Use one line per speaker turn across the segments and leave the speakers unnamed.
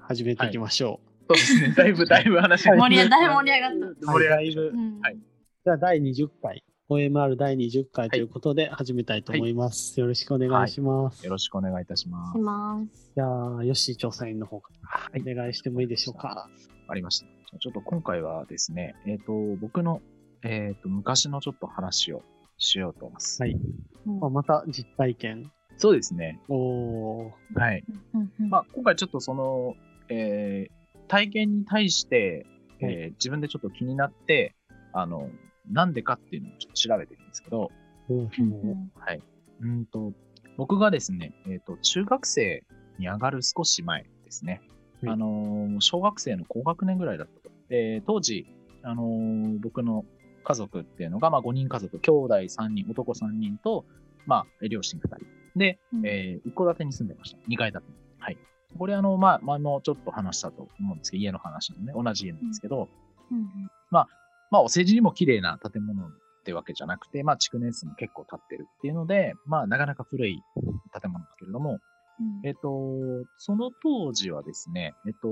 始めていきましょ
そうです ね。だいぶ、だいぶ話が
盛り上だいぶ盛り上がっ
う。
盛り上が
だいぶ
た。うん
はい
じゃあ第20回、OMR 第20回ということで始めたいと思います。よろしくお願いします。
よろしくお願いいたします。
します。
じゃあ、よし調査員の方から
は
お願いしてもいいでしょうか。
ありました。じゃあちょっと今回はですね、えっ、と、僕の、えっ、と、昔のちょっと話をしようと思います。
はいまあ、また実体験。
そうですね。
おー。
はい。まあ、今回ちょっとその、えー体験に対して、えー
は
自分でちょっと気になって、あの、なんでかっていうのをちょっと調べてるんですけど、
うん
うんと、僕がですね、えっ、と、中学生に上がる少し前ですね。
はい
あのー小学生の高学年ぐらいだったと。で、当時、あのー僕の家族っていうのが、まあ、5人家族、兄弟3人、男3人と、まあ、両親2人。で、えー一戸建てに住んでました。2階建てに。はい。これ、あの、まあ、前もちょっと話したと思うんですけど、家の話のね、同じ家なんですけど、まあ、お世辞にも綺麗な建物ってわけじゃなくて、まあ、築年数も結構経ってるっていうので、まあ、なかなか古い建物だけれども、えっと、その当時はですね、えっと、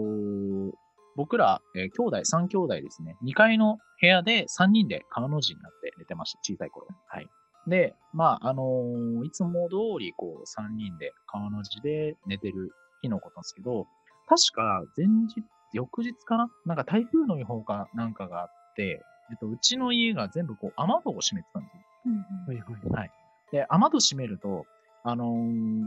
僕ら、えー兄弟、3兄弟ですね、2階の部屋で3人で彼の字になって寝てました、小さい頃。はい。で、まあ、あのーいつも通り、こう、3人で川の字で寝てる日のことなんですけど、確か前日、翌日かななんか台風の予報かなんかがあって、えっと、うちの家が全部こう雨戸を閉めてたんですよ
はいはい。
で、雨戸閉めると、あのー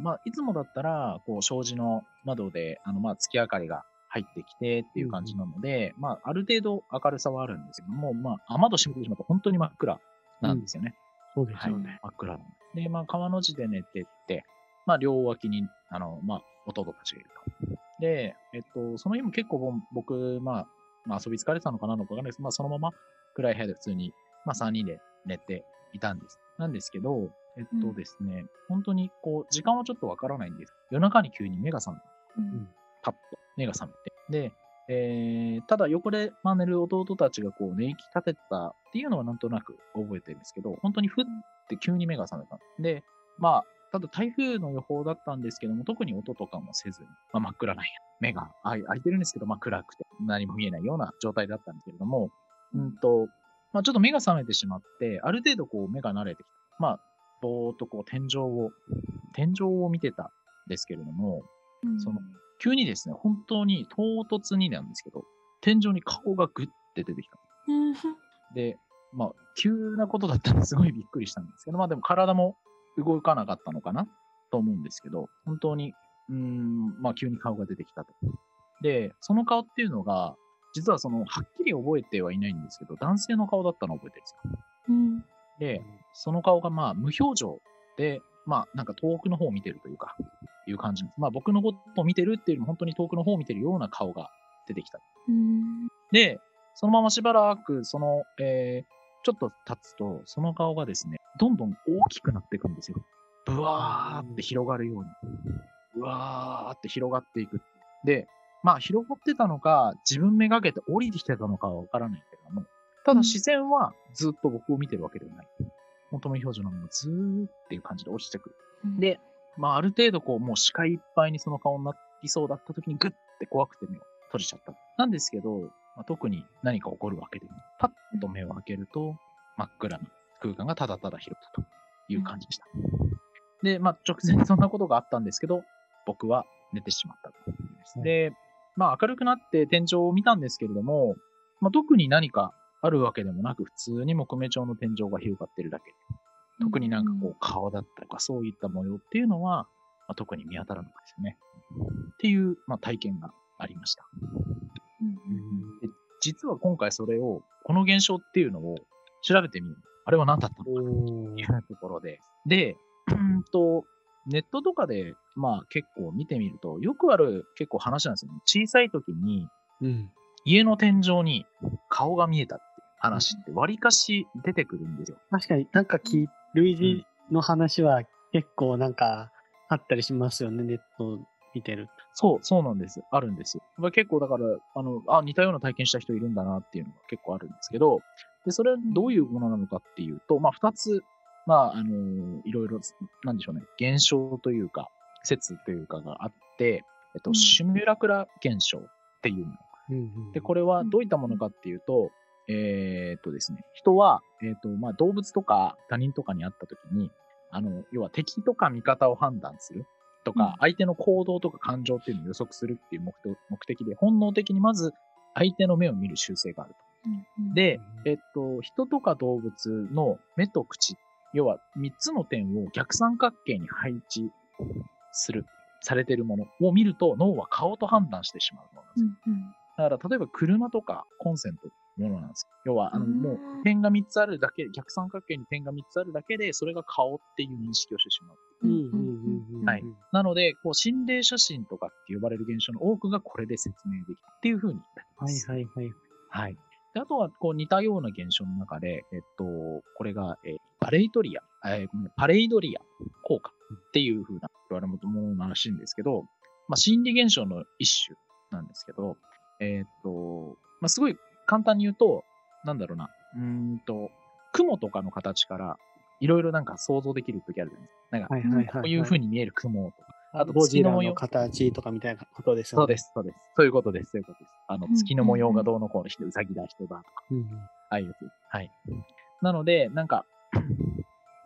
まあ、いつもだったら、こう、障子の窓で、あの、まあ、月明かりが入ってきてっていう感じなので、まあ、ある程度明るさはあるんですけども、まあ、雨戸閉めてしまうと本当に真っ暗なんですよね。
そうですよ
はい
ね。
真っ暗なので。で、まあ、川の字で寝てって、まあ、両脇に、あの、まあ、弟たちがいると。で、えっと、その日も結構ぼん僕、まあ、まあ、遊び疲れてたのかなのかわかんないですけど、まあ、そのまま暗い部屋で普通に、まあ、3人で寝ていたんです。なんですけど、えっとですね、本当に、こう、時間はちょっとわからないんです。夜中に急に目が覚めた。パッと目が覚めて。で、えーただ横でまあ寝る弟たちがこう寝息立ててたっていうのはなんとなく覚えてるんですけど、本当にふって急に目が覚めた。で、まあ、ただ台風の予報だったんですけども、特に音とかもせずに、まあ、真っ暗なんや。目が開い開いてるんですけど、まあ暗くて何も見えないような状態だったんですけれども、うんと、まあちょっと目が覚めてしまって、ある程度こう目が慣れてきた。まあ、ぼーっとこう天井を、天井を見てたんですけれども、その急にですね、本当に唐突になんですけど、天井に顔がぐって出てきた。で、まあ、急なことだったんですごいびっくりしたんですけど、まあでも体も動かなかったのかなと思うんですけど、本当に、うーん、まあ急に顔が出てきたと。で、その顔っていうのが、実はその、はっきり覚えてはいないんですけど、男性の顔だったのを覚えてるんですよ。で、その顔がまあ無表情で、まあなんか遠くの方を見てるというか、いう感じです。まあ僕のことを見てるっていうよりも本当に遠くの方を見てるような顔が出てきた。で、そのまましばらく、その、えーちょっと経つと、その顔がですね、どんどん大きくなっていくんですよ。ブワーって広がるように。ブワーって広がっていく。で、まあ広がってたのか、自分めがけて降りてきてたのかはわからないけれども、ただ視線はずっと僕を見てるわけではない。本当の表情のままずーっていう感じで落ちてくる。で、まあ、ある程度こう、もう視界いっぱいにその顔になりそうだった時に、ぐって怖くて目を閉じちゃった。なんですけど、まあ、特に何か起こるわけでも、パッと目を開けると、真っ暗な空間がただただ広がったという感じでした。で、まあ、直前そんなことがあったんですけど、僕は寝てしまったというですねで、まあ、明るくなって天井を見たんですけれども、まあ、特に何かあるわけでもなく、普通に木目調の天井が広がってるだけで特になんかこう顔だったりとかそういった模様っていうのは、まあ、特に見当たらなかったですよね。っていう、まあ、体験がありました。実は今回それを、この現象っていうのを調べてみる。あれは何だったのか
お
とい
ー。
うところで。で、うんと、ネットとかで、まあ結構見てみると、よくある結構話なんですよね。小さい時に
うん。
家の天井に顔が見えたって話って割かし出てくるんですよ。
確かになんかき、類似の話は結構なんかあったりしますよね、ネット見てる。
そう、そうなんです。あるんですよ。まあ結構だから、あの、あ、似たような体験した人いるんだなっていうのが結構あるんですけど、で、それはどういうものなのかっていうと、まあ、二つ、まあ、あのいろいろ、なんでしょうね、現象というか、説というかがあって、えっ
う
と、
ん
シミュラクラ現象っていうの。
うんうん
で、これはどういったものかっていうと、えーっとですね、人は、えーっと、まあ、動物とか他人とかに会った時に、あの、要は敵とか味方を判断するとか、
うん
相手の行動とか感情っていうのを予測するっていう目的目的で、本能的にまず相手の目を見る習性があると。
うん、
で、
うん
えっと、人とか動物の目と口、要は3つの点を逆三角形に配置する、されているものを見ると脳は顔と判断してしまうものなんです
う
よ。
んうん
だから、例えば車とかコンセントのものなんですよ。要は、あの、
うん
もう点が3つあるだけ、逆三角形に点が3つあるだけで、それが顔っていう認識をしてしまう。
うんうんうんうん
はいなので、こう心霊写真とかって呼ばれる現象の多くがこれで説明できるっていうふうになりま
はい
す。
はいはい。
はい。であとは、こう、似たような現象の中で、えっと、これが、えーパレイドリア、えーごめんパレイドリア効果っていう風な言われるものらしいんですけど、まあ、心理現象の一種なんですけど、えっと、まあ、すごい簡単に言うと、なんだろうな、うーんと、雲とかの形から、いろいろなんか想像できるときあるじゃないですか。なんか、
はいはいはいはい。
こういう風に見える雲とか、あと
ゴジ
月
ラ
の模様
の形とかみたいなことです
そう
よ
で
ね。
す、そうです。そういうことです、そういうことです。あの、
うん
月の模様がどうのこうの人、うさぎだ、人だとか。
うんうん。
ああいうやつ。はい。なので、なんか、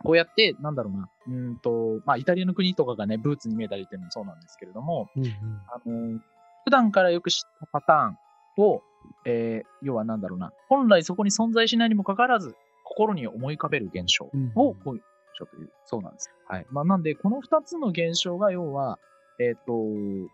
こうやって、なんだろうな、うーんと、まあ、イタリアの国とかがね、ブーツに見えたりっていうのもそうなんですけれども、
うんうん
あの、普段からよく知ったパターンを、えー要はなんだろうな、本来そこに存在しないにもかかわらず、心に思い浮かべる現象
うんうん
を、こういう現象という、そうなんです。はい。まあ、なんで、この2つの現象が、要は、えっ、と、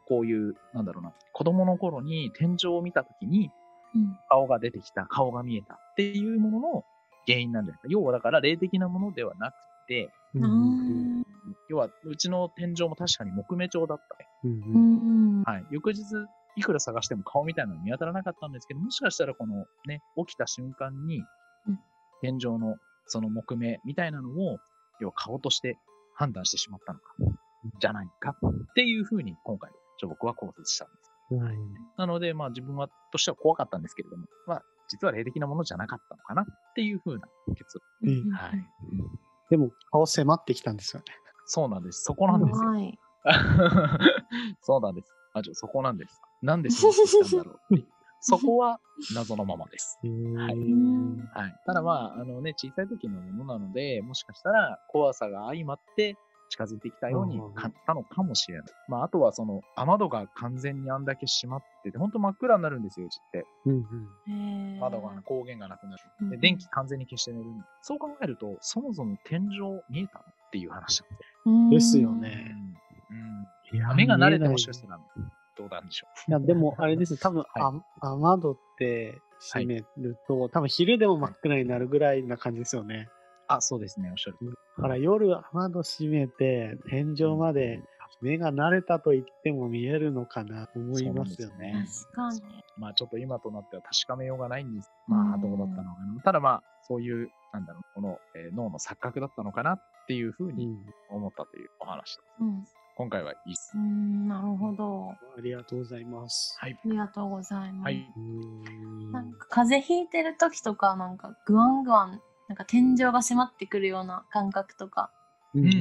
こういう、なんだろうな、子供の頃に天井を見たときに、
うん
顔が出てきた、顔が見えたっていうものの原因なんじゃないか。要はだから霊的なものではなくて、
うんうん
あ
要はうちの天井も確かに木目調だったね。
う
ーうんん
はい。翌日、いくら探しても顔みたいなの見当たらなかったんですけど、もしかしたらこのね、起きた瞬間に
うん、
天井のその木目みたいなのを、要は顔として判断してしまったのか、じゃないかっていうふうに今回、ちょ僕は考察したんです。
うんはい
なので、まあ自分は、としては怖かったんですけれども、まあ実は霊的なものじゃなかったのかなっていうふうな結
うんうん
論。はい。
でも顔迫ってきたんですよね。
そうなんです。そこなんですよ。
怖い
そうなんです。あ、ちょ、そこなんです。なんでそうしたんだろうって いう。そこは謎のままです。はい
うん
はい。ただまあ、あのね、小さい時のものなので、もしかしたら怖さが相まって近づいてきたように
うんうんうん
感じたのかもしれない。まあ、あとはその雨戸が完全にあんだけ閉まってて、ほんと真っ暗になるんですよ、うちって。
うんうん
へー
窓がな光源がなくなる。
うんう
で
ん
電気完全に消して寝る。そう考えると、そもそも天井見えたのっていう話なんです
ですよね
う
いや
ん。目が慣れてもしかしたらどうなんでしょ
いや、でもあれですね、多分、
は
あ雨戸って閉めると、多分昼でも真っ暗になるぐらいな感じですよね。
う。 あ、そうですね、おっしゃる通り。
だから夜雨戸閉めて、天井まで目が慣れたと言っても見えるのかなと思いますよ
そうなん
ね。
です
確かに
まあちょっと今となっては確かめようがないんです。ま
う
あ
ん
どうだったのかな。ただまあそういう、なんだろう、この、えー脳の錯覚だったのかなっていうふう
う
に
ん
思ったというお話です。
うん
今回はいいっす
う。んなるほどあ
ありがとうございます。
はい。
りがとうございます、
はい。
うん
なんか風邪ひいてる時とかなんかグワングワンなんか天井が迫ってくるような感覚とか
うんうんうん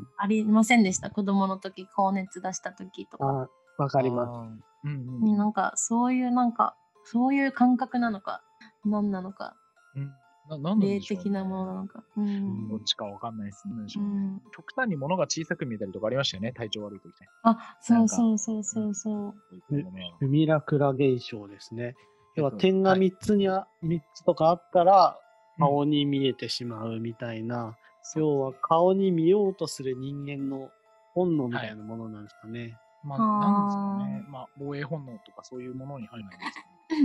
ん
ありませんでした子供の時高熱出した時とか
あ、わかります。
す。うん
に
うん
なんかそういうなんかそういう感覚なのか何なのか
うん。ななん
霊
でしょうね
的なものなのかう
うん
ん
どっちかわかんないですね。なんでし
う
ょうね
ん
極端に物が小さく見えたりとかありましたよね、体調悪い時ね。
あそうそうそうそうそう
こういったものは
ルミラクラ現象ですね。要は
えっと
点が
はい
3つにあ、3つとかあったら、
うん
顔に見えてしまうみたいな、
そう
要は顔に見ようとする人間の本能みたいなものなんですかね。
まあ、
あー
なんですかね。まあ、防衛本能とかそういうものに入るんですかね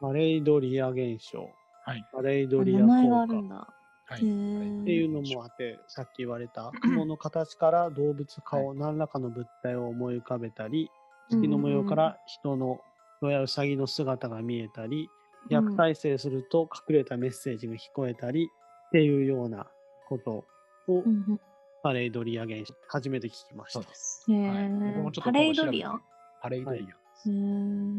マレイドリア現象、
はい。
マレイ
あ
ドリア効
名前があるん
果
だ
は
へ
い。
ー
っていうのもあって、さっき言われた雲の形から動物顔、何らかの物体を思い浮かべたり、月の模様から人の、人やウサギの姿が見えたり、逆再生すると隠れたメッセージが聞こえたりっていうようなことを
うんうん
パレードリア現象初めて聞きまし
そ
た
う。です。
へー
はい僕もちょっと
パレイドリア
今度調べてパレイドリアです。
へー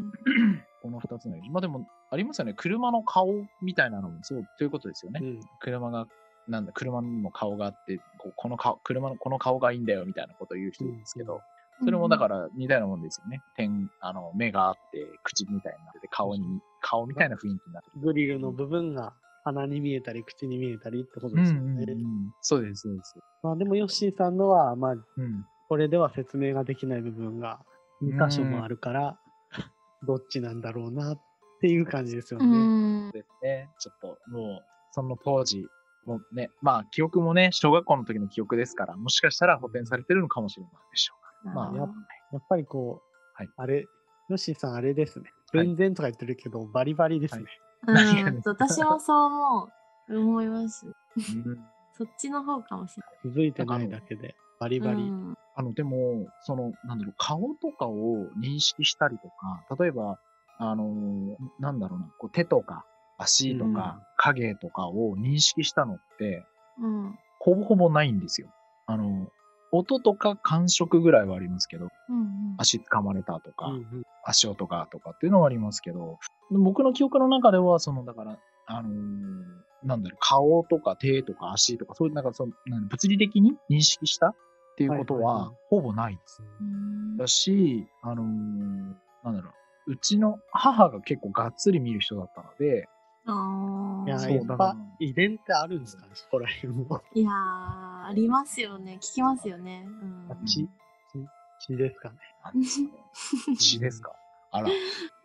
この2つの。まあでも、ありますよね。車の顔みたいなのもそう、ということですよね。
うん
車が、なんだ、車にも顔があって、こうこの顔、車のこの顔がいいんだよみたいなことを言う人いるんですけど、それもだから似たようなもんですよね。点、あの、目があって、口みたいになってて、顔に、顔みたいな雰囲気になってる。
グリルの部分が鼻に見えたり、口に見えたりってこと
うん
で
う
すよ
んう
ね。
ん。そうです、そうです。
まあ、でも、ヨッシーさんのは、まあ、
うん。
これでは説明ができない部分が2箇所もある から、どっちなんだろうなっていう感じですよ
う
ね。
ん。
そうですね。ちょっと、もう、その当時、もうね、まあ、記憶もね、小学校の時の記憶ですから、もしかしたら補填されてるのかもしれないでしょうか。ま
うん
あ、
やっやっぱりこう、
はい
あれ、ヨッシーさんあれですね。
はい
全然とか言ってるけど、バリバリですね。
何が
うん、私もそう思う。思います。
うん
そっちの方かもし
気づいてないだけで、バリ
れな
バ
い。
リ。
うん
あの、でも、その、なんだろう、顔とかを認識したりとか、例えば、あのーなんだろうな、こう手とか足とか影とかを認識したのって、
うん。
ほぼほぼないんですよ。あの、音とか感触ぐらいはありますけど、
うん。
足掴まれたとか、
うんうん
足音がとかっていうのはありますけど、僕の記憶の中では、その、だから、あのーなんだろう、顔とか手とか足とか、そういう、なんかその、なん物理的に認識したっていうこと
はいはい
は
はい、
ほぼないですね。
うん
だし、あのーなんだろう、うちの母が結構がっつり見る人だったので、
あ
いや
ー
そう
ー、や
だ
っ
から
ぱ遺伝ってあるんですかね、そこら辺も。
いやー、ありますよね。聞きますよね。うん。
血、血、血ですかね。
なんですかね血ですかあら。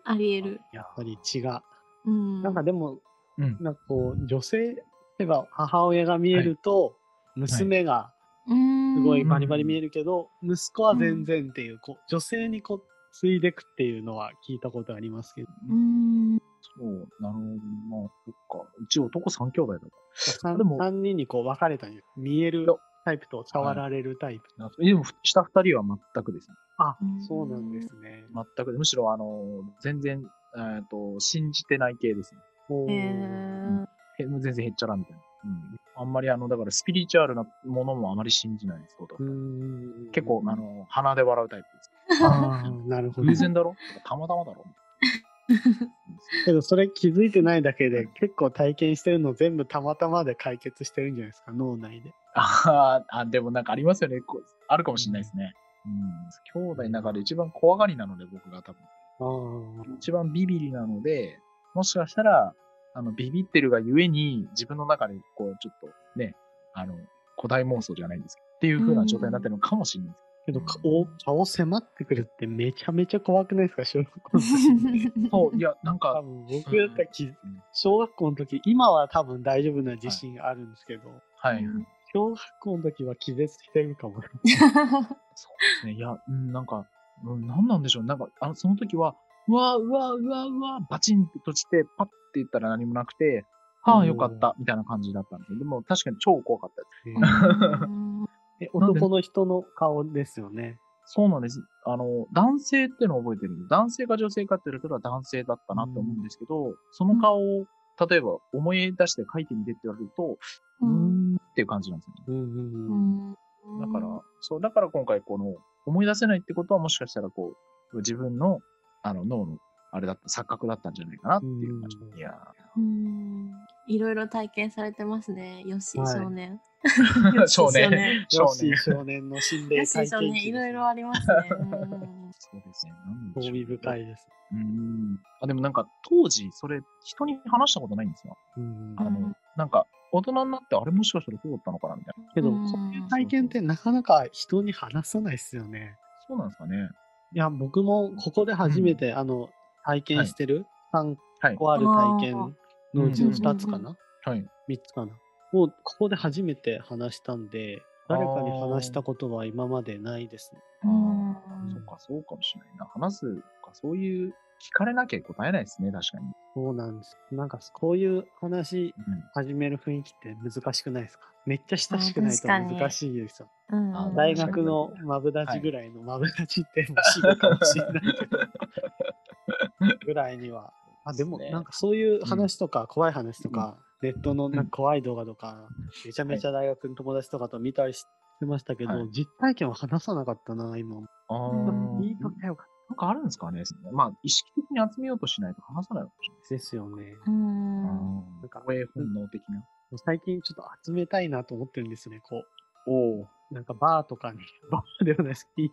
ありえる。
やっぱり血が。
うん。
なんかでも、
うん
なんかこう、女性、例えば母親が見えると、娘がす
す
ごいバリバリ見えるけど、息子は全然っていう、こう女性にこう、継いでくっていうのは聞いたことありますけど、
うん。
そう、なるほど。まあ、そっか。うち男三兄弟だった。
3,
でも
人にこう分かれたんよ見えるタイプと触られるタイプ。
なでも、下二人は全くですね。
うん
あ、そうなんですね。
全くで、むしろ、あのー全然、えーと、信じてない系ですね。
おー
へー
へ全然へっちゃらみたいな。うん。あんまり、あの、だから、スピリチュアルなものもあまり信じないです、こと
うー。ん
結構、あのー鼻で笑うタイプです。
あーなるほど
偶。然だろたまたまだろ
けどそれ気づいてないだけで結構体験してるの全部たまたまで解決してるんじゃないですか脳内で。
あーあ、でもなんかありますよね。こうあるかもしれないですね。うん。兄弟の中で一番怖がりなので、僕が多分。
あ
一番ビビりなので、もしかしたら、あの、ビビってるがゆえに、自分の中で、こう、ちょっとね、あの、古代妄想じゃないんですけど、っていう風な状態になってるのかもしれないです。
けど顔顔迫ってくるってめちゃめちゃ怖くないですか小学校の時。
そう、いや、なん
多
か、
分僕だったらき
ん
小学校の時今は多分大丈夫な自信あるんですけど、
はい。
小学校の時は気絶してるかも。
そうですね。いや、うん、なんか、うん、何なんでしょう。なんか、あのその時は、うわうわうわうわバチンって閉じて、パッて言ったら何もなくて、はあ、よかった、みたいな感じだったんですよ。でも、確かに超怖かったです。
え男の人の顔ですよね。
そうなんです。あの、男性ってのを覚えてるんです。男性か女性かって言われたら男性だったなって思うんですけど、その顔を、例えば思い出して書いてみてって言われると、うー んっていう感じなんですよね。
うん
う
うんうん
ん
だから、そう、だから今回この、思い出せないってことはもしかしたらこう、自分の、あの、脳の、あれだった、錯覚だったんじゃないかなっていう感じ。
うん
いや
うんいろいろ体験されてますね、よし、
はい
少年。
ー少
少
年
年。
ヨッ
少
シー
年。
少年の心
よ
霊
し、
体
少
験
年、
記
い
です
ろ
ね
いろありますね。うん
そうですね。なん
興
でしょう
味深いです。
うん。あ、でもなんか当時、それ、人に話したことないんですよ。
うん
あ
うん
の、なんか、大人になって、あれもしかしたらそうだったのかなみたい な。
けど、
うん
そういう体験ってなかなか人に話さないですよね。
そうなんですかね。
いや、僕もここで初めて、あの、体験してる、3
はい。
個ある体験のうちの2つか
うん
な、
はい。
3つかな。をここで初めて話したんで、誰かに話したことは今までないですね。
うん
そうか、そうかもしれないな。話すか、そういう、聞かれなきゃ答えないですね、確かに。
そうなんです。なんかこういう話
うん。
始める雰囲気って難しくないですかめっちゃ親しくないと
あ確かに
難しいですよ。
うん
あ
大学のマブダチぐらいの、マブダチってもう死ぬかもしれないけどぐらいには。あでも
そうですね
なんかそういう話とか、怖い話とか、ネットのなんか怖い動画とか、めちゃめちゃ大学の友達とかと見たりしてましたけど、
はい
実体験は話さなかったな、今。
ああ
うん
いいとかよかっ
なんかあるんですかね。まあ、意識的に集めようとしないと話さないかもしれないで
た
す
で
ね。
すよね。
うん
うん。なんか、防衛本能的な。
最近ちょっと集めたいなと思ってるんですよね、こう。
おお。
なんかバーとかに、 バーではないですけ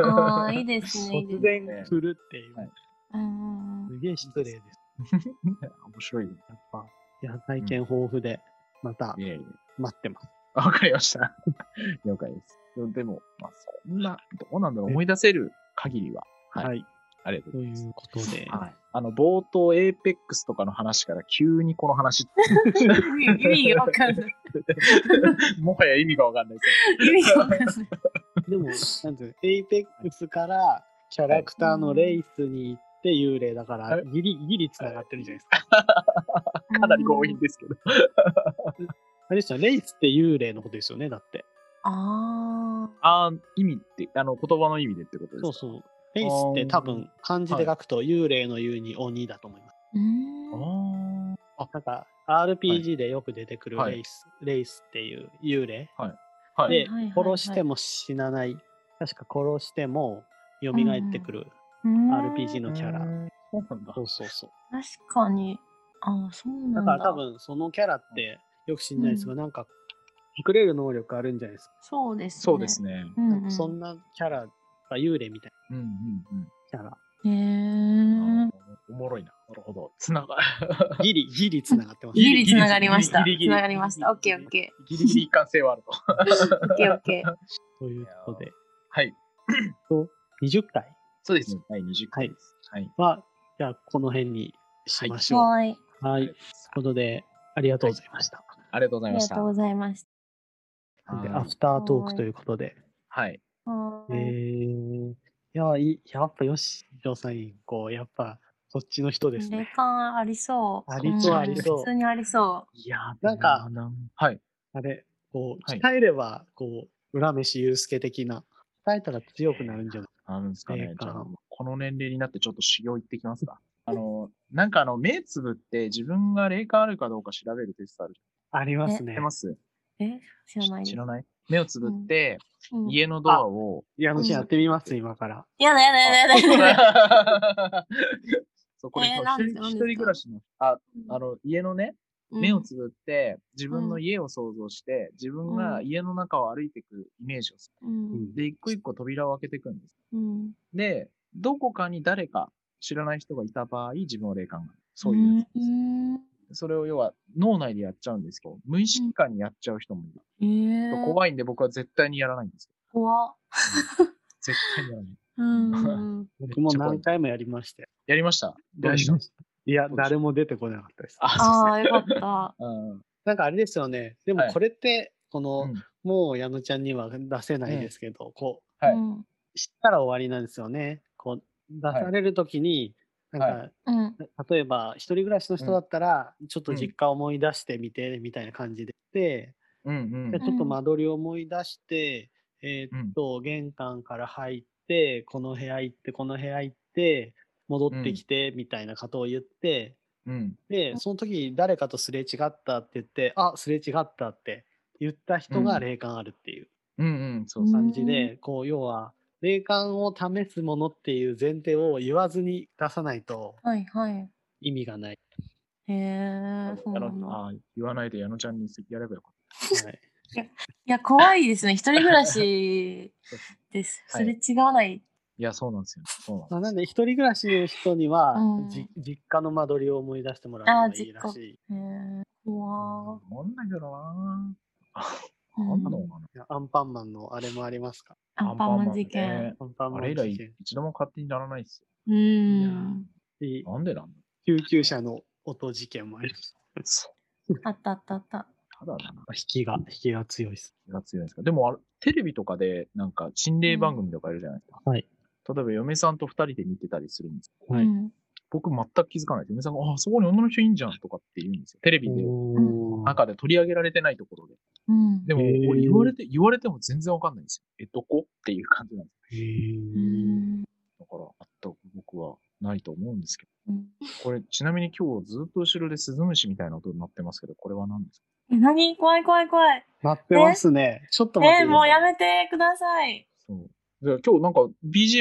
ど、
ああ、いいですね。いいで
突
すね
然来るっていう、
はい
うんうんうん
すげえ失礼です。
面白いね。
やっぱ、いや、体験豊富で、また
いやいや。
待ってます。
わかりました。 了解です。でも、まあ、そんな、どうなんだろう。思い出せる限りは、はい
はい。
ありがとう
と
ござい
い
ます。
うことで、
はい、あの冒頭、エーペックスとかの話から急にこの 話、
意味がわかんない。
もはや意味がわかんないです
意味がわかんない。
でも、なんていうの、エイペックスからキャラクターのレイスに行って幽霊だから、
はい
ギリギリ繋がってるじゃないですか。
けど、かなり強引ですけど。
あれですよ、レイスって幽霊のことですよね、だって。
あ
あー意味って、あの言葉の意味でってことですか
そうそう。レイスって多分、漢字で書くと幽霊の幽に鬼だと思います。
ーうーん
あ
なんか、RPG でよく出てくる
はい
レイス、レイスっていう幽霊。
あ。はい。
で
はいはい、
殺しても死なない。確か殺しても蘇ってくる
うーん
RPG のキャラ。
そうなんだ
そ。うそうそう。
確かに。ああ、そうな
だか
んだ。
ら多分そのキャラってよく知んないですが、なんか隠れる能力あるんじゃないですか。
そうですね。
そうです。ね。
うん
なんかそんなキャラが幽霊みたい
うんう
なキャラ。
へえ
んうん。あおもろいな。なるほど。つなが
ギリギリつながってます。
ギリつながりました。
ギリギ
つ
リ
ながりました。オッケーオッケ
ギリギリ一貫性はあると。
ー。オッケーオッケー。
ということで、
はい。
20回
そうです。はい、20回です。はい。
は、じゃあこの辺にしましょう。は
はーい。
い。ということで、ありがとうございました。
ありがとうござ
あ
い
り
ま
が
した
とう。ございまし
でア
はい
フタートークということで。
はい。
た。は
え
ー
ー、
い
いや、いいやっぱよし、ジョーさん一行、やっぱそっちの人です
霊
ね。
感ありそう。
ありそう
うん
ありそう
普通にありそ
いや
なんか、
でもなはい。
あれ、こう、
はい
鍛えれば、こう、浦飯祐介的な、鍛えたら強くなるんじゃない
あるんですか
え
ね
え。
じゃあ
か、
この年齢になってちょっと修行行ってきますか。あの、なんかあの、目つぶって自分が霊感あるかどうか調べるテストあるじ
あります
ゃ
ね
ん。知ってます
う。え知らないで
知
す
ら。ない目をつぶって、
うん
家のドアを。
矢野ちゃんやってみます、
うん
今から。
やだやだやだやだやだ。
そう、これ、
えー
一
なんです
人
か
一人暮らしの、あ、あの、家のね、目を
うん
つぶって、自分の家を想像して、自分が家の中を歩いていくイメージをす
うん
る。で、一個一個扉を開けていくんです。
うん
で、どこかに誰か知らない人がいた場合、自分は霊感がある。そういうやつです。
ん
それを要は脳内でやっちゃうんですけど、無意識下にやっちゃう人もいる。
えー
怖いんで僕は絶対にやらないんですよ。
怖っ
絶対にやらない。
うん うん
僕も
めっちゃ怖い
何回もやりましたよ。
やりました。どうでした
やりましたいや、
どうでした
誰も出てこなかったです。
あ
あ、
あ、よかった。
そうですね。
なんかあれですよね。でも
はい
これって、この、
うん
もう矢野ちゃんには出せないですけど、こ
はい
うん
う、知ったら終わりなんですよね。こう、出されるときに、
い
なんか、
は
うん。
例えば一人暮らしの人だったら、ちょっと実家思い出してみてみたいな感じで、で
うんうん
でちょっと間取りを思い出して、えーっと玄関から入ってこの部屋行ってこの部屋行って戻ってきてみたいなことを言って、
うん。
でその時に誰かとすれ違ったって言ってあすれ違ったって言った人が
うん
霊感あるっていう
うんうん。そうそう。
感じで、こう要は霊感を試すものっていう前提を言わずに出さないと
はいはい。
意味がない。
へえ、そう
あ
なんだ。
のあー言わないで矢野ちゃんにやればよかっ
はい
いや、怖いですね。一人暮 らしです。
は
それ
い
違わない。
た。いや、そうなんですよ。そうなんです
まあ、なんで一人暮らしの人には、
うん
じ実家の間取りを思い出してもらうのがいいらしい。
へえ、
う
怖
ん。もんだけどな。
う
あんなの
ん
かない
やアンパンマンのあれもありますか
アンパンマン事
アンパンマン
件。
ね
アンパン
あ
マ
れ
ン
以来
事件
一度も勝手にならないです
う
いや
ん。
いい
よ。なんでなんだ
救急車の音事件もあります。
あったあったあった。
ただだな。
引きが、引きが強いです。
が強いんですか。でもあれ、テレビとかで、なんか、心霊番組とかいるじゃないですか。
はい。
例えば、嫁さんと二人で見てたりするんです。
はい
うん
僕、全く気づかないです。嫁さんが、あ、そこに女の人いいんじゃんとかって言うんですよ。テレビで、
おー
中で取り上げられてないところで。
うん。
でも、
へー
俺言われて、言われても全然わかんないんですよ。え、どこっていう感じなんで
へ
う
ー
ん
す。だから、全く僕はないと思うんですけ
うん
ど。これ、ちなみに今日ずっと後ろでスズムシみたいな音になってますけど、これは何ですか
え、何怖い怖い怖い。
なってますね。ちょっと待って
え、
ください。
もうやめてください。
そう。で今日なんか BGM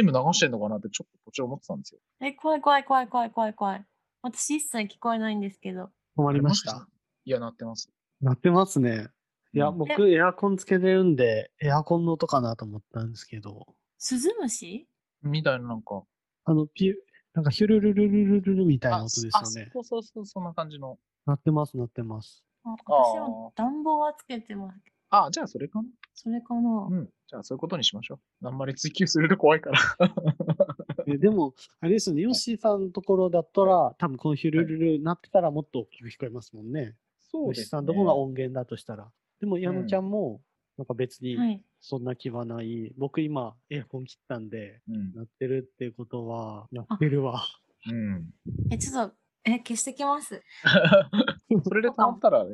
流してんのかなってちょっと途中思ってたんですよ。
え、怖い怖い怖い怖い怖い怖い。私一切聞こえないんですけど。
止まりました。
いや、鳴ってます。
なってますね。いや、僕、エアコンつけてるんで、エアコンの音かなと思ったんですけど、
スズムシ
みたいな、なんか。
あの、ピュ、なんかヒュルルルルルルルみたいな
あ
音です
あ
よね。
そうそうそう、そんな感じの。
鳴ってます、鳴ってます。
あ私は暖房はつけてますけど。
あ、じゃあそれかな。
それかな、
うん。じゃあそういうことにしましょう。あんまり追求すると怖いから。
えでも、あれですよね、ヨッシーさんのところだったら、多分このヒュルルルル鳴ってたらもっと大きく聞こえますもんね。
そ
ヨッシーさんのところが音源だとしたら。でも、矢野ちゃんも、なんか別に
はい。
そんな気はない。僕今、エアコン切ったんで、
うん。
鳴ってるってことは、鳴ってるわ。
うん。
え、ちょっと、え、消してきます。
それでたったら、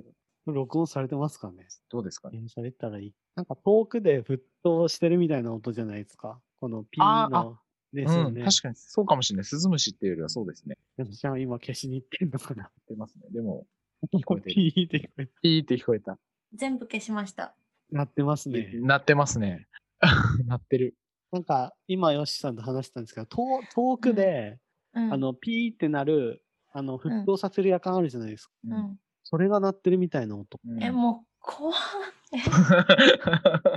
録音されてますかね
どうですかね。
録音されてたらいい。なんか遠くで沸騰してるみたいな音じゃないですか。このピー
あー
の。ですよね。
うん、確かにそうかもしれない。スズムシっていうよりはそうですね。
矢野ちゃん今消しに行ってんのかな。
出ますね。でも、聞こえて る
ピーって聞こえて
ピーって聞こえた。
全部消しました。
鳴ってますね。
なってますね。 なってる。
なんか今、ヨッシーさんと話したんですけど、遠遠くで、
うん。
あのピーってなる、あの沸騰させる夜間あるじゃないですか。
う
う。ん。
それが鳴ってるみたいな音。
うん
え、もう、怖っ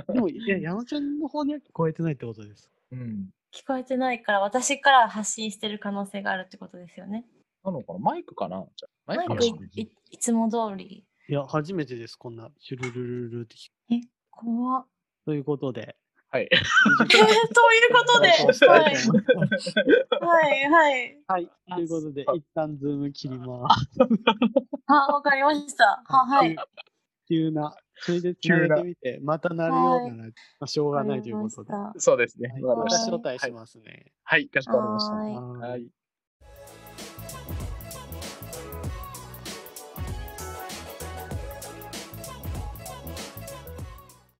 え、
でも、いや、矢野ちゃんの方には聞こえてないってことです。
うん。
聞こえてないから、私から発信してる可能性があるってことですよね。
なのかなマイクかなじゃあ
マイ
かも
ク
しれ
い
ない
いいつも通り。
いや、初めてです、こんな、シュルルルルルって聞く。
怖っ
ということで。
はい。
えということで、はい、はい、はい。
はい。ということで、一旦ズーム切ります。
あ、わかりました。は、はい。
急な、それで
急な
繋いでみて、また鳴るようなら、まあ、しょうがないということで。
わかりま
そうですね。
はい
わかりま
また
し
招
た。
待しますね。
はい、かしこまりました。
はい
は
はいい。